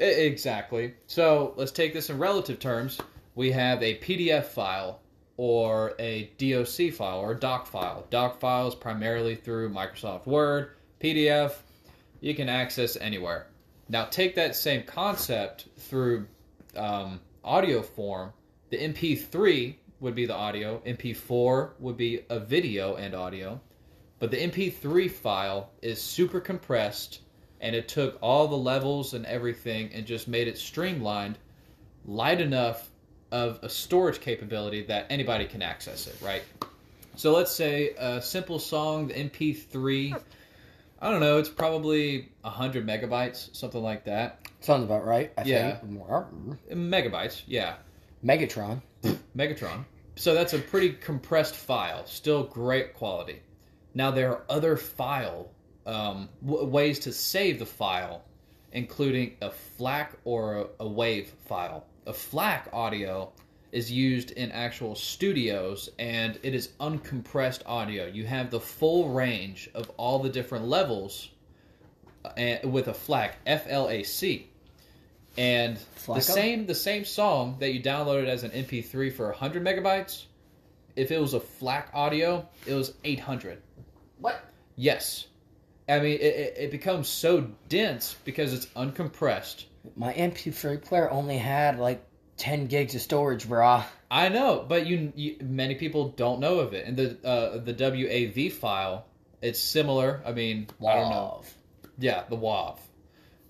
A: E, Exactly. So let's take this in relative terms. We have a PDF file or a DOC file or a doc file. Doc files primarily through Microsoft Word, PDF, you can access anywhere. Now take that same concept through um, audio form. The MP3 would be the audio, MP4 would be a video and audio, but the MP3 file is super compressed and it took all the levels and everything and just made it streamlined, light enough of a storage capability that anybody can access it, right? So let's say a simple song, the MP3, I don't know, it's probably 100 megabytes, something like that.
B: Sounds about right. I
A: Yeah.
B: think. Rawr.
A: Megabytes, yeah.
B: Megatron.
A: Megatron. So that's a pretty compressed file, still great quality. Now there are other file um, w- ways to save the file, including a FLAC or a, a WAV file. A FLAC audio is used in actual studios and it is uncompressed audio. You have the full range of all the different levels uh, and, with a flack, F L A C. And
B: Flacco?
A: the same the same song that you downloaded as an MP3 for 100 megabytes, if it was a FLAC audio, it was 800.
B: What?
A: Yes. I mean, it, it, it becomes so dense because it's uncompressed.
B: My MP3 player only had like 10 gigs of storage, brah.
A: I know, but you, you many people don't know of it. And the uh, the WAV file, it's similar. I mean, I don't know.
B: Love.
A: Yeah, the WAV,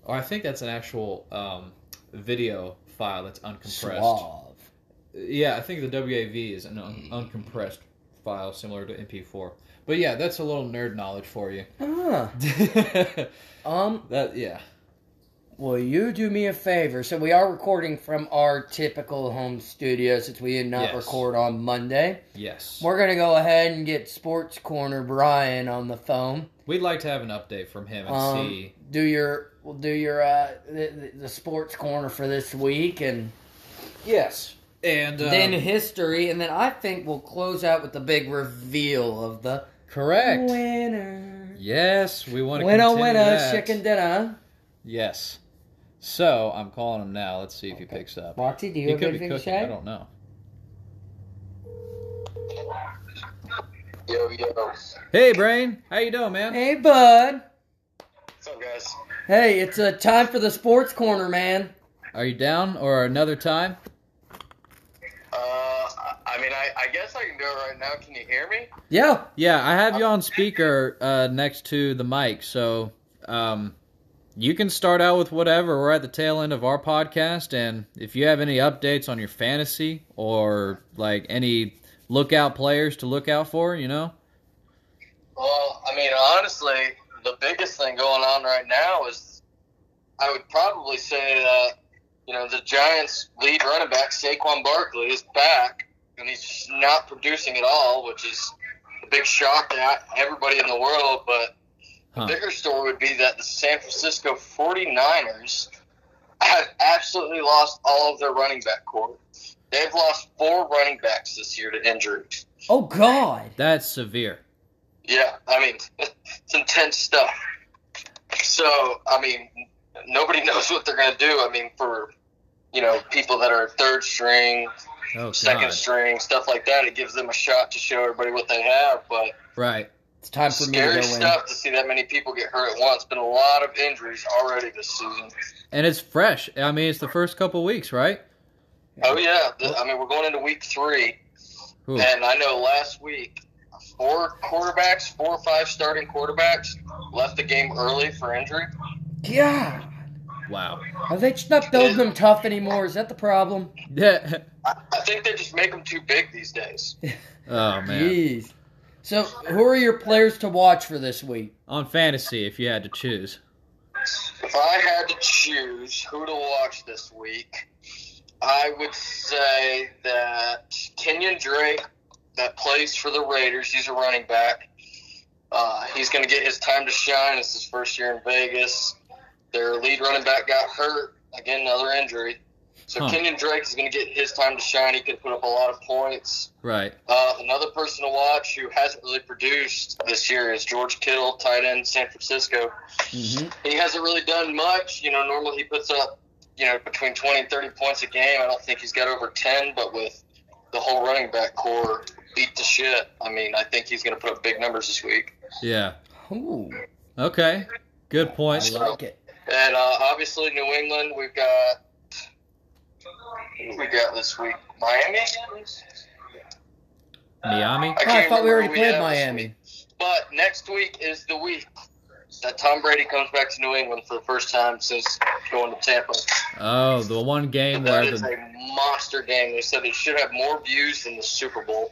A: or I think that's an actual um, video file that's uncompressed.
B: Suave.
A: Yeah, I think the WAV is an un- uncompressed file similar to MP4. But yeah, that's a little nerd knowledge for you.
B: Ah.
A: that
B: Um,
A: yeah.
B: will you do me a favor? So we are recording from our typical home studio since we did not
A: Yes.
B: record on Monday.
A: Yes.
B: We're gonna go ahead and get Sports Corner Brian on the phone.
A: We'd like to have an update from him and
B: Um,
A: see.
B: Do your we'll do your uh the, the- the Sports Corner for this week and
A: Yes. And uh,
B: then history, and then I think we'll close out with the big reveal of the
A: correct.
B: winner.
A: Yes, we want to
B: Winner,
A: continue
B: winner,
A: that.
B: chicken dinner.
A: Yes. So I'm calling him now. Let's see if he picks up.
B: Marty, do you
A: He
B: have
A: could be
B: anything to
A: cooking. I
B: say?
A: don't know.
C: Yo, yo. What's
A: Hey, Brain, how you doing, man?
B: Hey, bud.
C: up, guys?
B: Hey, it's uh, time for the sports corner, man.
A: Are you down or another time?
C: Uh, I I mean, I, I guess I can do it right now. Can you hear me?
B: Yeah.
A: Yeah, I have you on speaker uh, next to the mic, so um, you can start out with whatever. We're at the tail end of our podcast, and if you have any updates on your fantasy or like any lookout players to look out for, you know.
C: Well, I mean, honestly, the biggest thing going on right now is I would probably say that, you know, the Giants' lead running back, Saquon Barkley, is back, and he's just not producing at all, which is a big shock to everybody in the world. But
A: Huh.
C: the bigger story would be that the San Francisco 49ers have absolutely lost all of their running back core. They've lost four running backs this year to injury.
B: Oh God.
A: That's severe.
C: Yeah, I mean, it's intense stuff. So, I mean, nobody knows what they're going to do. I mean, for, you know, people that are third string,
A: Oh
C: second
A: God.
C: string, stuff like that, it gives them a shot to show everybody what they have. But
A: Right.
B: It's time for me to go
C: scary stuff to see that many people get hurt at once. Been a lot of injuries already this season.
A: And it's fresh. I mean, it's the first couple weeks, right?
C: Oh, yeah. th- I mean, we're going into week three.
A: Ooh.
C: And I know last week, four quarterbacks, four or five starting quarterbacks left the game early for injury.
B: in. Yeah.
A: Wow.
B: Are they just not building them tough anymore? Is that the problem?
A: Yeah.
C: I I think they just make them too big these days.
A: Oh man.
B: Jeez. So, who are your players to watch for this week?
A: On fantasy, if you had to choose.
C: If I had to choose who to watch this week, I would say that Kenyon Drake, that plays for the Raiders, he's a running back. Uh, he's going to get his time to shine. It's his first year in Vegas. Their lead running back got hurt. Again, another injury. So
A: Huh.
C: Kenyon Drake is going to get his time to shine. He can put up a lot of points.
A: Right.
C: Uh, another person to watch who hasn't really produced this year is George Kittle, tight end, San Francisco.
B: Mm-hmm.
C: He hasn't really done much. You know, normally he puts up, you know, between 20 and 30 points a game. I don't think he's got over 10, but with the whole running back core beat the shit, I mean, I think he's going to put up big numbers this week.
A: Yeah.
B: Ooh,
A: Okay. Good
B: I
A: point.
B: like it.
C: And uh, obviously, New England, we've got. Who we got this week? Miami?
A: Miami.
C: I
B: Oh, I
C: can't
B: thought we
C: remember
B: already
C: who
B: played
C: have this
B: Miami.
C: But next week is the week that Tom Brady comes back to New England for the first time since going to Tampa.
A: Oh, the one game
C: That
A: where
C: is
A: the
C: a monster game. They said it should have more views than the Super Bowl.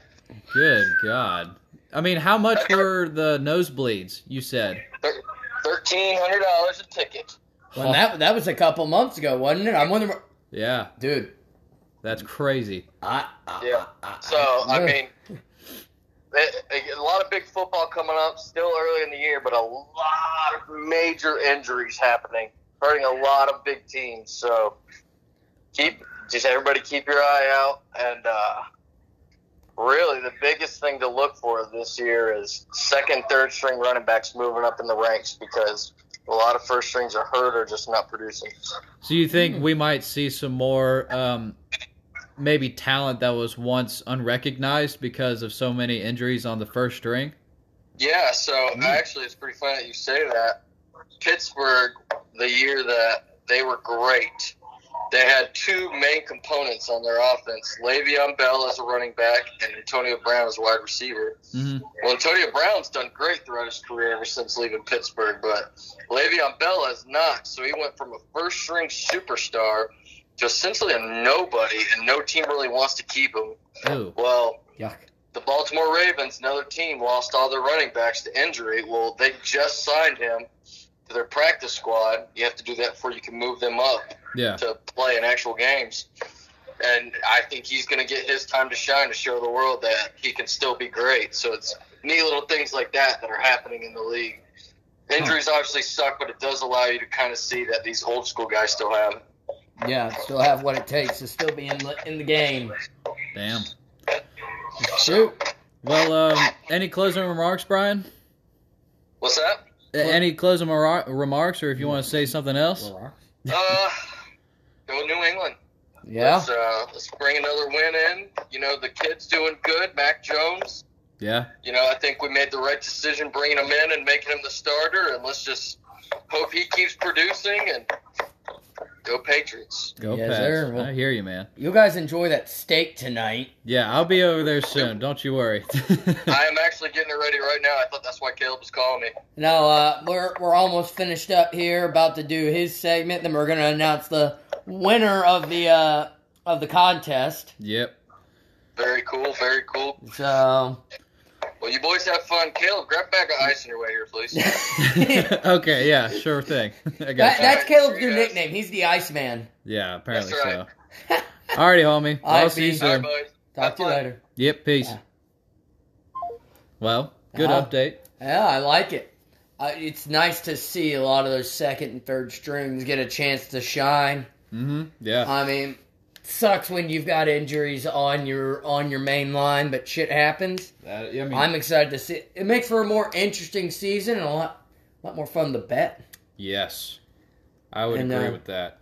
A: good God. I mean, how much were the nosebleeds? You said.
C: Thir- Thirteen hundred dollars a ticket.
B: Well, that that was a couple months ago, wasn't it? I'm wondering,
A: Yeah,
B: dude.
A: that's crazy.
B: I, I,
C: Yeah.
B: I-
C: So I
B: yeah.
C: mean, a, a lot of big football coming up. Still early in the year, but a lot of major injuries happening, hurting a lot of big teams. So keep just everybody keep your eye out, and uh, really the biggest thing to look for this year is second, third string running backs moving up in the ranks because a lot of first strings are hurt or just not producing.
A: So you
B: Hmm.
A: think we might see some more um, maybe talent that was once unrecognized because of so many injuries on the first string?
C: Yeah, so actually, it's pretty funny that you say that. Pittsburgh, the year that they were great, they had two main components on their offense Le'Veon Bell as a running back and Antonio Brown as a wide receiver.
A: hmm
C: Well, Antonio Brown's done great throughout his career ever since leaving Pittsburgh, but Le'Veon Bell has not. So he went from a first string superstar to essentially a nobody, and no team really wants to keep him.
A: Ooh.
C: Well,
B: Yuck.
C: the Baltimore Ravens, another team, lost all their running backs to injury. Well, they just signed him to their practice squad. You have to do that before you can move them up
A: Yeah.
C: to play in actual games. And I think he's going to get his time to shine to show the world that he can still be great. So it's neat little things like that that are happening in the league. Injuries obviously suck, but it does allow you to kind of see that these old school guys still have. it.
B: Yeah, still have what it takes to still be in the, in the game.
A: Damn.
B: Shoot.
A: Well, um, any closing remarks, Brian?
C: What's that?
A: Uh, Any closing mar- remarks, or if you want to say something else?
C: Uh, go New England.
B: Yeah.
C: Let's, uh, let's bring another win in. You know, the kid's doing good, Mac Jones.
A: Yeah.
C: You know, I think we made the right decision bringing him in and making him the starter, and let's just hope he keeps producing and go Patriots.
A: Go
B: Yes,
A: Pats.
B: sir. Well-
A: I hear you, man.
B: You guys enjoy that steak tonight.
A: Yeah, I'll be over there soon. Don't you worry. Hmm.
C: I am actually getting it ready right now. I thought that's why Caleb was calling me.
B: Now uh, we're we're almost finished up here, about to do his segment. Then we're gonna announce the winner of the uh, of the contest.
A: yep.
C: Very cool, very cool.
B: So
C: Well, you boys have fun. Caleb, grab a bag of ice on your way here, please.
B: that,
A: okay. Yeah. Sure thing. I got. you.
B: that's Caleb's new nickname. He's the Iceman.
A: Yeah. Apparently
C: That's
A: so.
C: right.
A: Alrighty, homie.
B: All right,
A: I'll see you
B: peace.
C: All right,
A: soon.
C: boys.
B: Talk to you later.
A: Yep. Peace.
B: Yeah.
A: Well, good
B: Uh-huh.
A: update.
B: Yeah, I like it. Uh, it's nice to see a lot of those second and third strings get a chance to shine.
A: Mm-hmm. Yeah.
B: I mean, sucks when you've got injuries on your on your main line, but shit happens.
A: That- I mean,
B: I'm excited to see. It makes for a more interesting season and a lot, lot more fun to bet.
A: yes, I would
B: And,
A: agree
B: uh,
A: with that.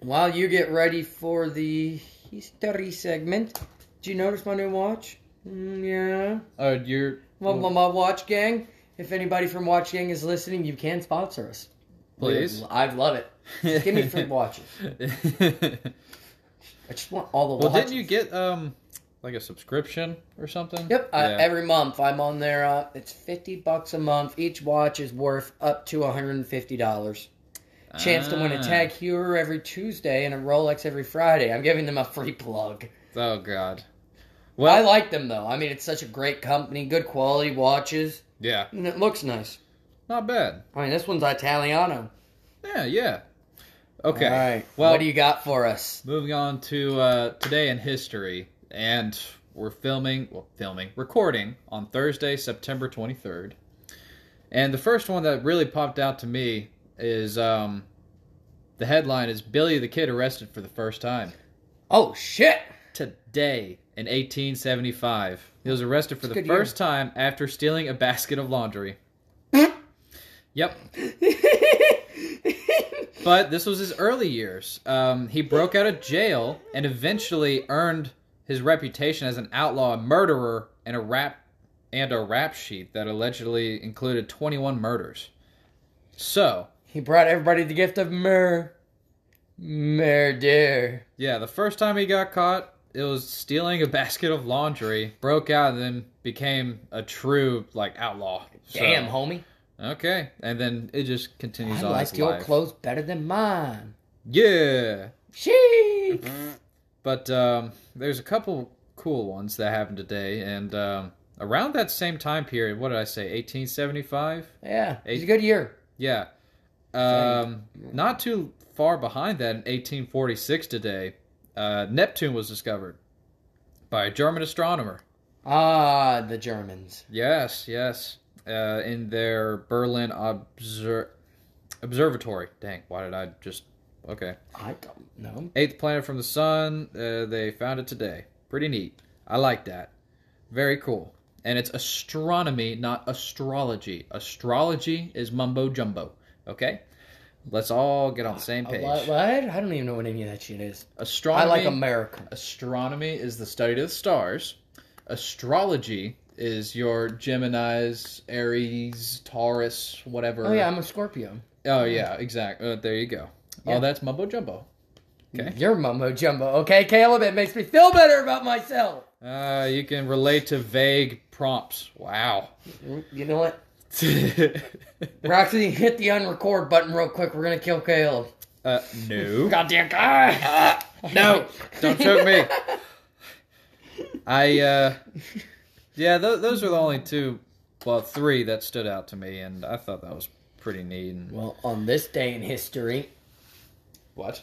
B: While you get ready for the history segment, did you notice my new watch? Mm, yeah.
A: Oh, you're.
B: Well, my, my watch gang. If anybody from Watch Gang is listening, you can sponsor us.
A: Please.
B: I'd love it. Give me free watches.
A: well,
B: I just want all the watches.
A: didn't you get um like a subscription or something?
B: Yep. uh,
A: Yeah.
B: I, every month I'm on there. Uh, it's fifty bucks a month. Each watch is worth up to one hundred and fifty dollars. Chance to win a
A: Ah.
B: Tag Heuer every Tuesday and a Rolex every Friday. I'm giving them a free plug.
A: Oh God.
B: Well,
A: Well,
B: I like them though. I mean, it's such a great company, good quality watches,
A: yeah,
B: and it looks nice.
A: not bad.
B: I mean, this one's Italiano.
A: Yeah, yeah. Okay.
B: All right.
A: Well,
B: what do you got for us?
A: moving on to uh, today in history, and we're filming, well, filming, recording on Thursday, September 23rd. And the first one that really popped out to me is um, the headline is Billy the Kid arrested for the first time
B: Oh shit!
A: today in 1875. He was arrested
B: It's
A: for
B: a
A: the
B: good year.
A: first time after stealing a basket of laundry. yep. But this was his early years. Um, he broke out of jail and eventually earned his reputation as an outlaw, a murderer, and a rap and a rap sheet that allegedly included 21 murders. So,
B: he brought everybody the gift of myrrh. Murder.
A: yeah, the first time he got caught, it was stealing a basket of laundry, broke out, and then became a true like outlaw. So-
B: Damn, homie.
A: Okay, and then it just continues
B: I
A: on.
B: like
A: his
B: your
A: life.
B: clothes better than mine.
A: Yeah.
B: She.
A: Mm-hmm. But um, there's a couple cool ones that happened today, and um, around that same time period, what did I say, 1875?
B: Yeah, it's a good year.
A: Yeah. Um, not too far behind that, in 1846 today, uh, Neptune was discovered by a German astronomer.
B: Ah, the Germans.
A: Yes, yes. Uh, in their Berlin obser- observatory. Dang, why did I just. Okay.
B: I don't know.
A: Eighth planet from the sun. Uh, they found it today. Pretty neat. I like that. Very cool. And it's astronomy, not astrology. Astrology is mumbo jumbo. Okay, let's all get on the same
B: Uh,
A: page.
B: what? what? I don't even know what any of that shit is.
A: Astronomy.
B: I like America.
A: Astronomy is the study of the stars. Astrology is your Gemini's, Aries, Taurus, whatever.
B: Oh yeah, I'm a Scorpio.
A: Oh yeah, exactly. Uh, there you go.
B: Yeah.
A: Oh, that's mumbo jumbo. Okay.
B: You're mumbo jumbo. Okay, Caleb, it makes me feel better about myself.
A: Uh, you can relate to vague prompts. Wow.
B: You know what? Roxy, hit the unrecord button real quick. We're gonna kill Caleb.
A: uh, no.
B: Goddamn guy.
A: No, don't choke me. I uh, yeah, th- those are the only two, well, three that stood out to me, and I thought that was pretty neat. And
B: Well, on this day in history,
A: what?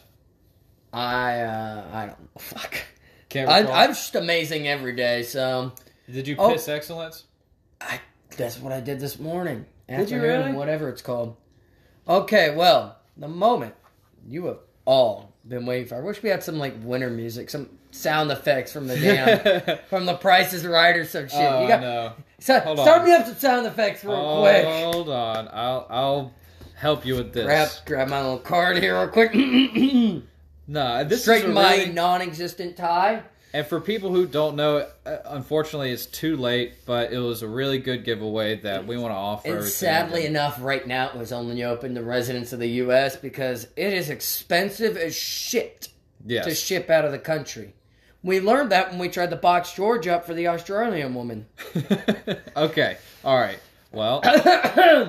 B: I uh, I don't know. Fuck.
A: Can't
B: I,
A: recall.
B: I'm just amazing every day. So
A: Did you
B: Oh.
A: piss excellence?
B: I that's what I did this morning.
A: Did you
B: Afternoon,
A: really?
B: Whatever it's called. Okay, well, the moment you have all been waiting for. I wish we had some like winter music, some sound effects from the damn from the Price is Right or some shit.
A: Oh,
B: you got
A: no.
B: so,
A: Hold
B: start
A: on. Oh.
B: me up some sound effects real quick.
A: Hold on. I'll I'll help you with this.
B: Grab grab my little card here real quick.
A: No, this is a
B: Straighten my
A: really-
B: non-existent tie.
A: And for people who don't know, uh, unfortunately, it's too late. But it was a really good giveaway that we want to offer.
B: And
A: everything.
B: sadly enough, right now it was only open to residents of the U.S. because it is expensive as shit
A: yes.
B: to ship out of the country. We learned that when we tried to box George up for the Australian woman.
A: okay. All right. Well,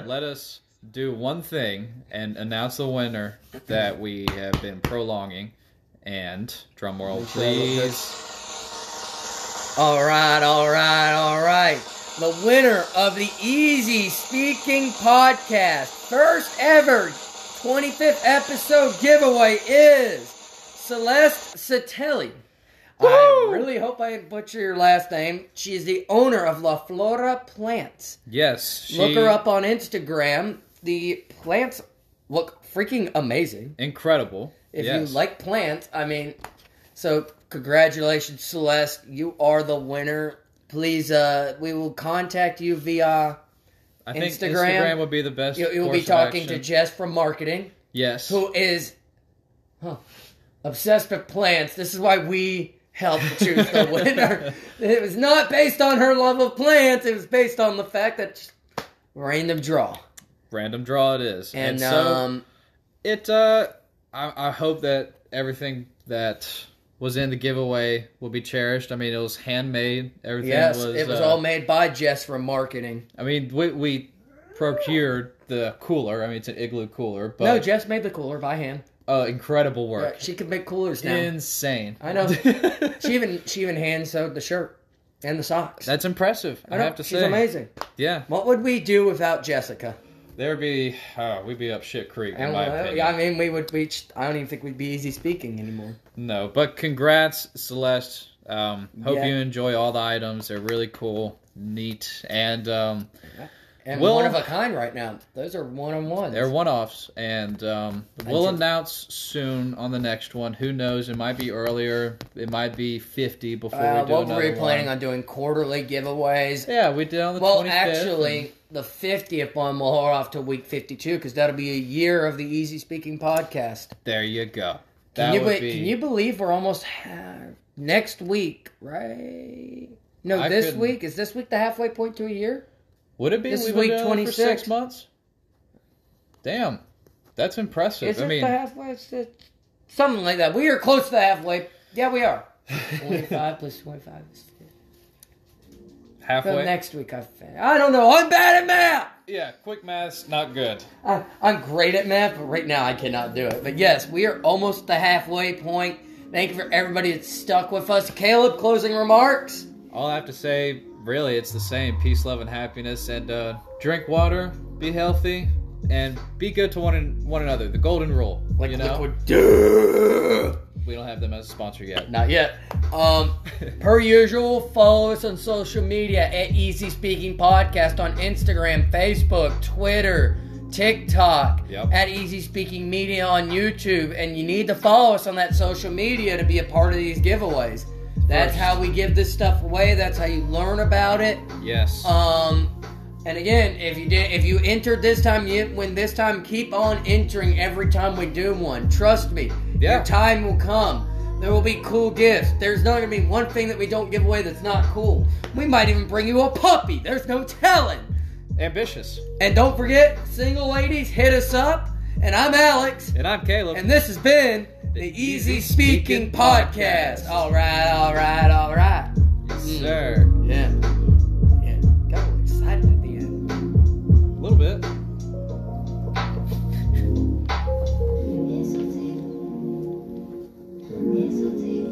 A: let us do one thing and announce the winner that we have been prolonging. And drum roll, please.
B: All right, all right, all right. The winner of the Easy Speaking Podcast, first ever 25th episode giveaway is Celeste Satelli. I
A: Woo!
B: really hope I didn't butcher your last name. She is the owner of La Flora Plants.
A: Yes. She,
B: Look her up on Instagram. The plants look freaking amazing.
A: Incredible.
B: If
A: yes.
B: you like plants, I mean, so congratulations, Celeste. You are the winner. Please, uh, we will contact you via.
A: I think
B: Instagram,
A: Instagram would be the best.
B: You, you will
A: course
B: be
A: of
B: talking to
A: action.
B: Jess from marketing,
A: yes.
B: who is huh, obsessed with plants. This is why we helped choose the winner. It was not based on her love of plants. It was based on the fact that just random draw.
A: Random draw it is.
B: And,
A: so
B: um,
A: it. Uh, I, I hope that everything that was in the giveaway will be cherished. I mean, it was handmade. Everything
B: yes,
A: was.
B: it was
A: uh,
B: all made by Jess from marketing.
A: I mean, we, we procured the cooler. I mean, it's an igloo cooler, but
B: no, Jess made the cooler by hand.
A: uh, incredible work.
B: She could make coolers now.
A: Insane.
B: I know. she
A: she,
B: even she even hand sewed the shirt and the socks.
A: That's impressive. I,
B: know,
A: have to
B: she's
A: say,
B: amazing.
A: yeah,
B: What would we do without Jessica?
A: there would be uh, we'd be up shit creek in
B: And
A: my
B: uh,
A: opinion.
B: yeah, I mean, we would reach. I don't even think we'd be easy speaking anymore.
A: No, but congrats, Celeste. Um, hope
B: Yeah.
A: you enjoy all the items. They're really cool, neat, and um,
B: And
A: Well-
B: one of a kind right now. Those are one on ones.
A: they're one-offs. And um, we'll announce soon on the next one. Who knows? It might be earlier. It might be fifty before
B: Uh,
A: we do
B: what were
A: another
B: we planning
A: one.
B: on doing? Quarterly giveaways.
A: Yeah, we did on the
B: Well,
A: 25th,
B: actually,
A: and-
B: the fiftieth one will hold off till week fifty-two because that'll be a year of the Easy Speaking podcast.
A: there you go.
B: Can
A: That
B: you,
A: would
B: be-
A: be.
B: can you believe we're almost ha- next week, right? No,
A: I
B: this
A: couldn't-
B: week is this week the halfway point to a year.
A: would it be?
B: this is
A: We've been
B: week
A: doing it for
B: 26.
A: six months. Damn, that's impressive.
B: Is
A: I
B: it
A: mean,
B: the halfway? It's the- Something like that. We are close to the halfway. Yeah, we are. Twenty-five plus twenty-five. Is so
A: halfway.
B: next week, I fin- I don't know. I'm bad at math.
A: yeah, quick maths, not good.
B: I, I'm great at math, but right now I cannot do it. But yes, we are almost the halfway point. Thank you for everybody that's stuck with us. Caleb, closing remarks.
A: All I have to say, really, it's the same: peace, love, and happiness. And uh, drink water, be healthy, and be good to one an- one another. The golden rule.
B: Like
A: you know,
B: liquid death.
A: we don't have them as a sponsor yet.
B: Not yet. Um, per usual, follow us on social media at Easy Speaking Podcast on Instagram, Facebook, Twitter, TikTok,
A: Yep.
B: at Easy Speaking Media on YouTube, and you need to follow us on that social media to be a part of these giveaways. That's
A: First.
B: how we give this stuff away. That's how you learn about it.
A: Yes.
B: Um, And again, if you did, if you entered this time, you win this time. Keep on entering every time we do one. Trust me,
A: Yeah.
B: your time will come. There will be cool gifts. There's not gonna be one thing that we don't give away that's not cool. We might even bring you a puppy. There's no telling.
A: Ambitious.
B: And don't forget, single ladies, hit us up. And I'm Alex,
A: And I'm Caleb.
B: and this has been the Easy Speaking Podcast. All right, all right, all right.
A: Yes, sir.
B: Yeah.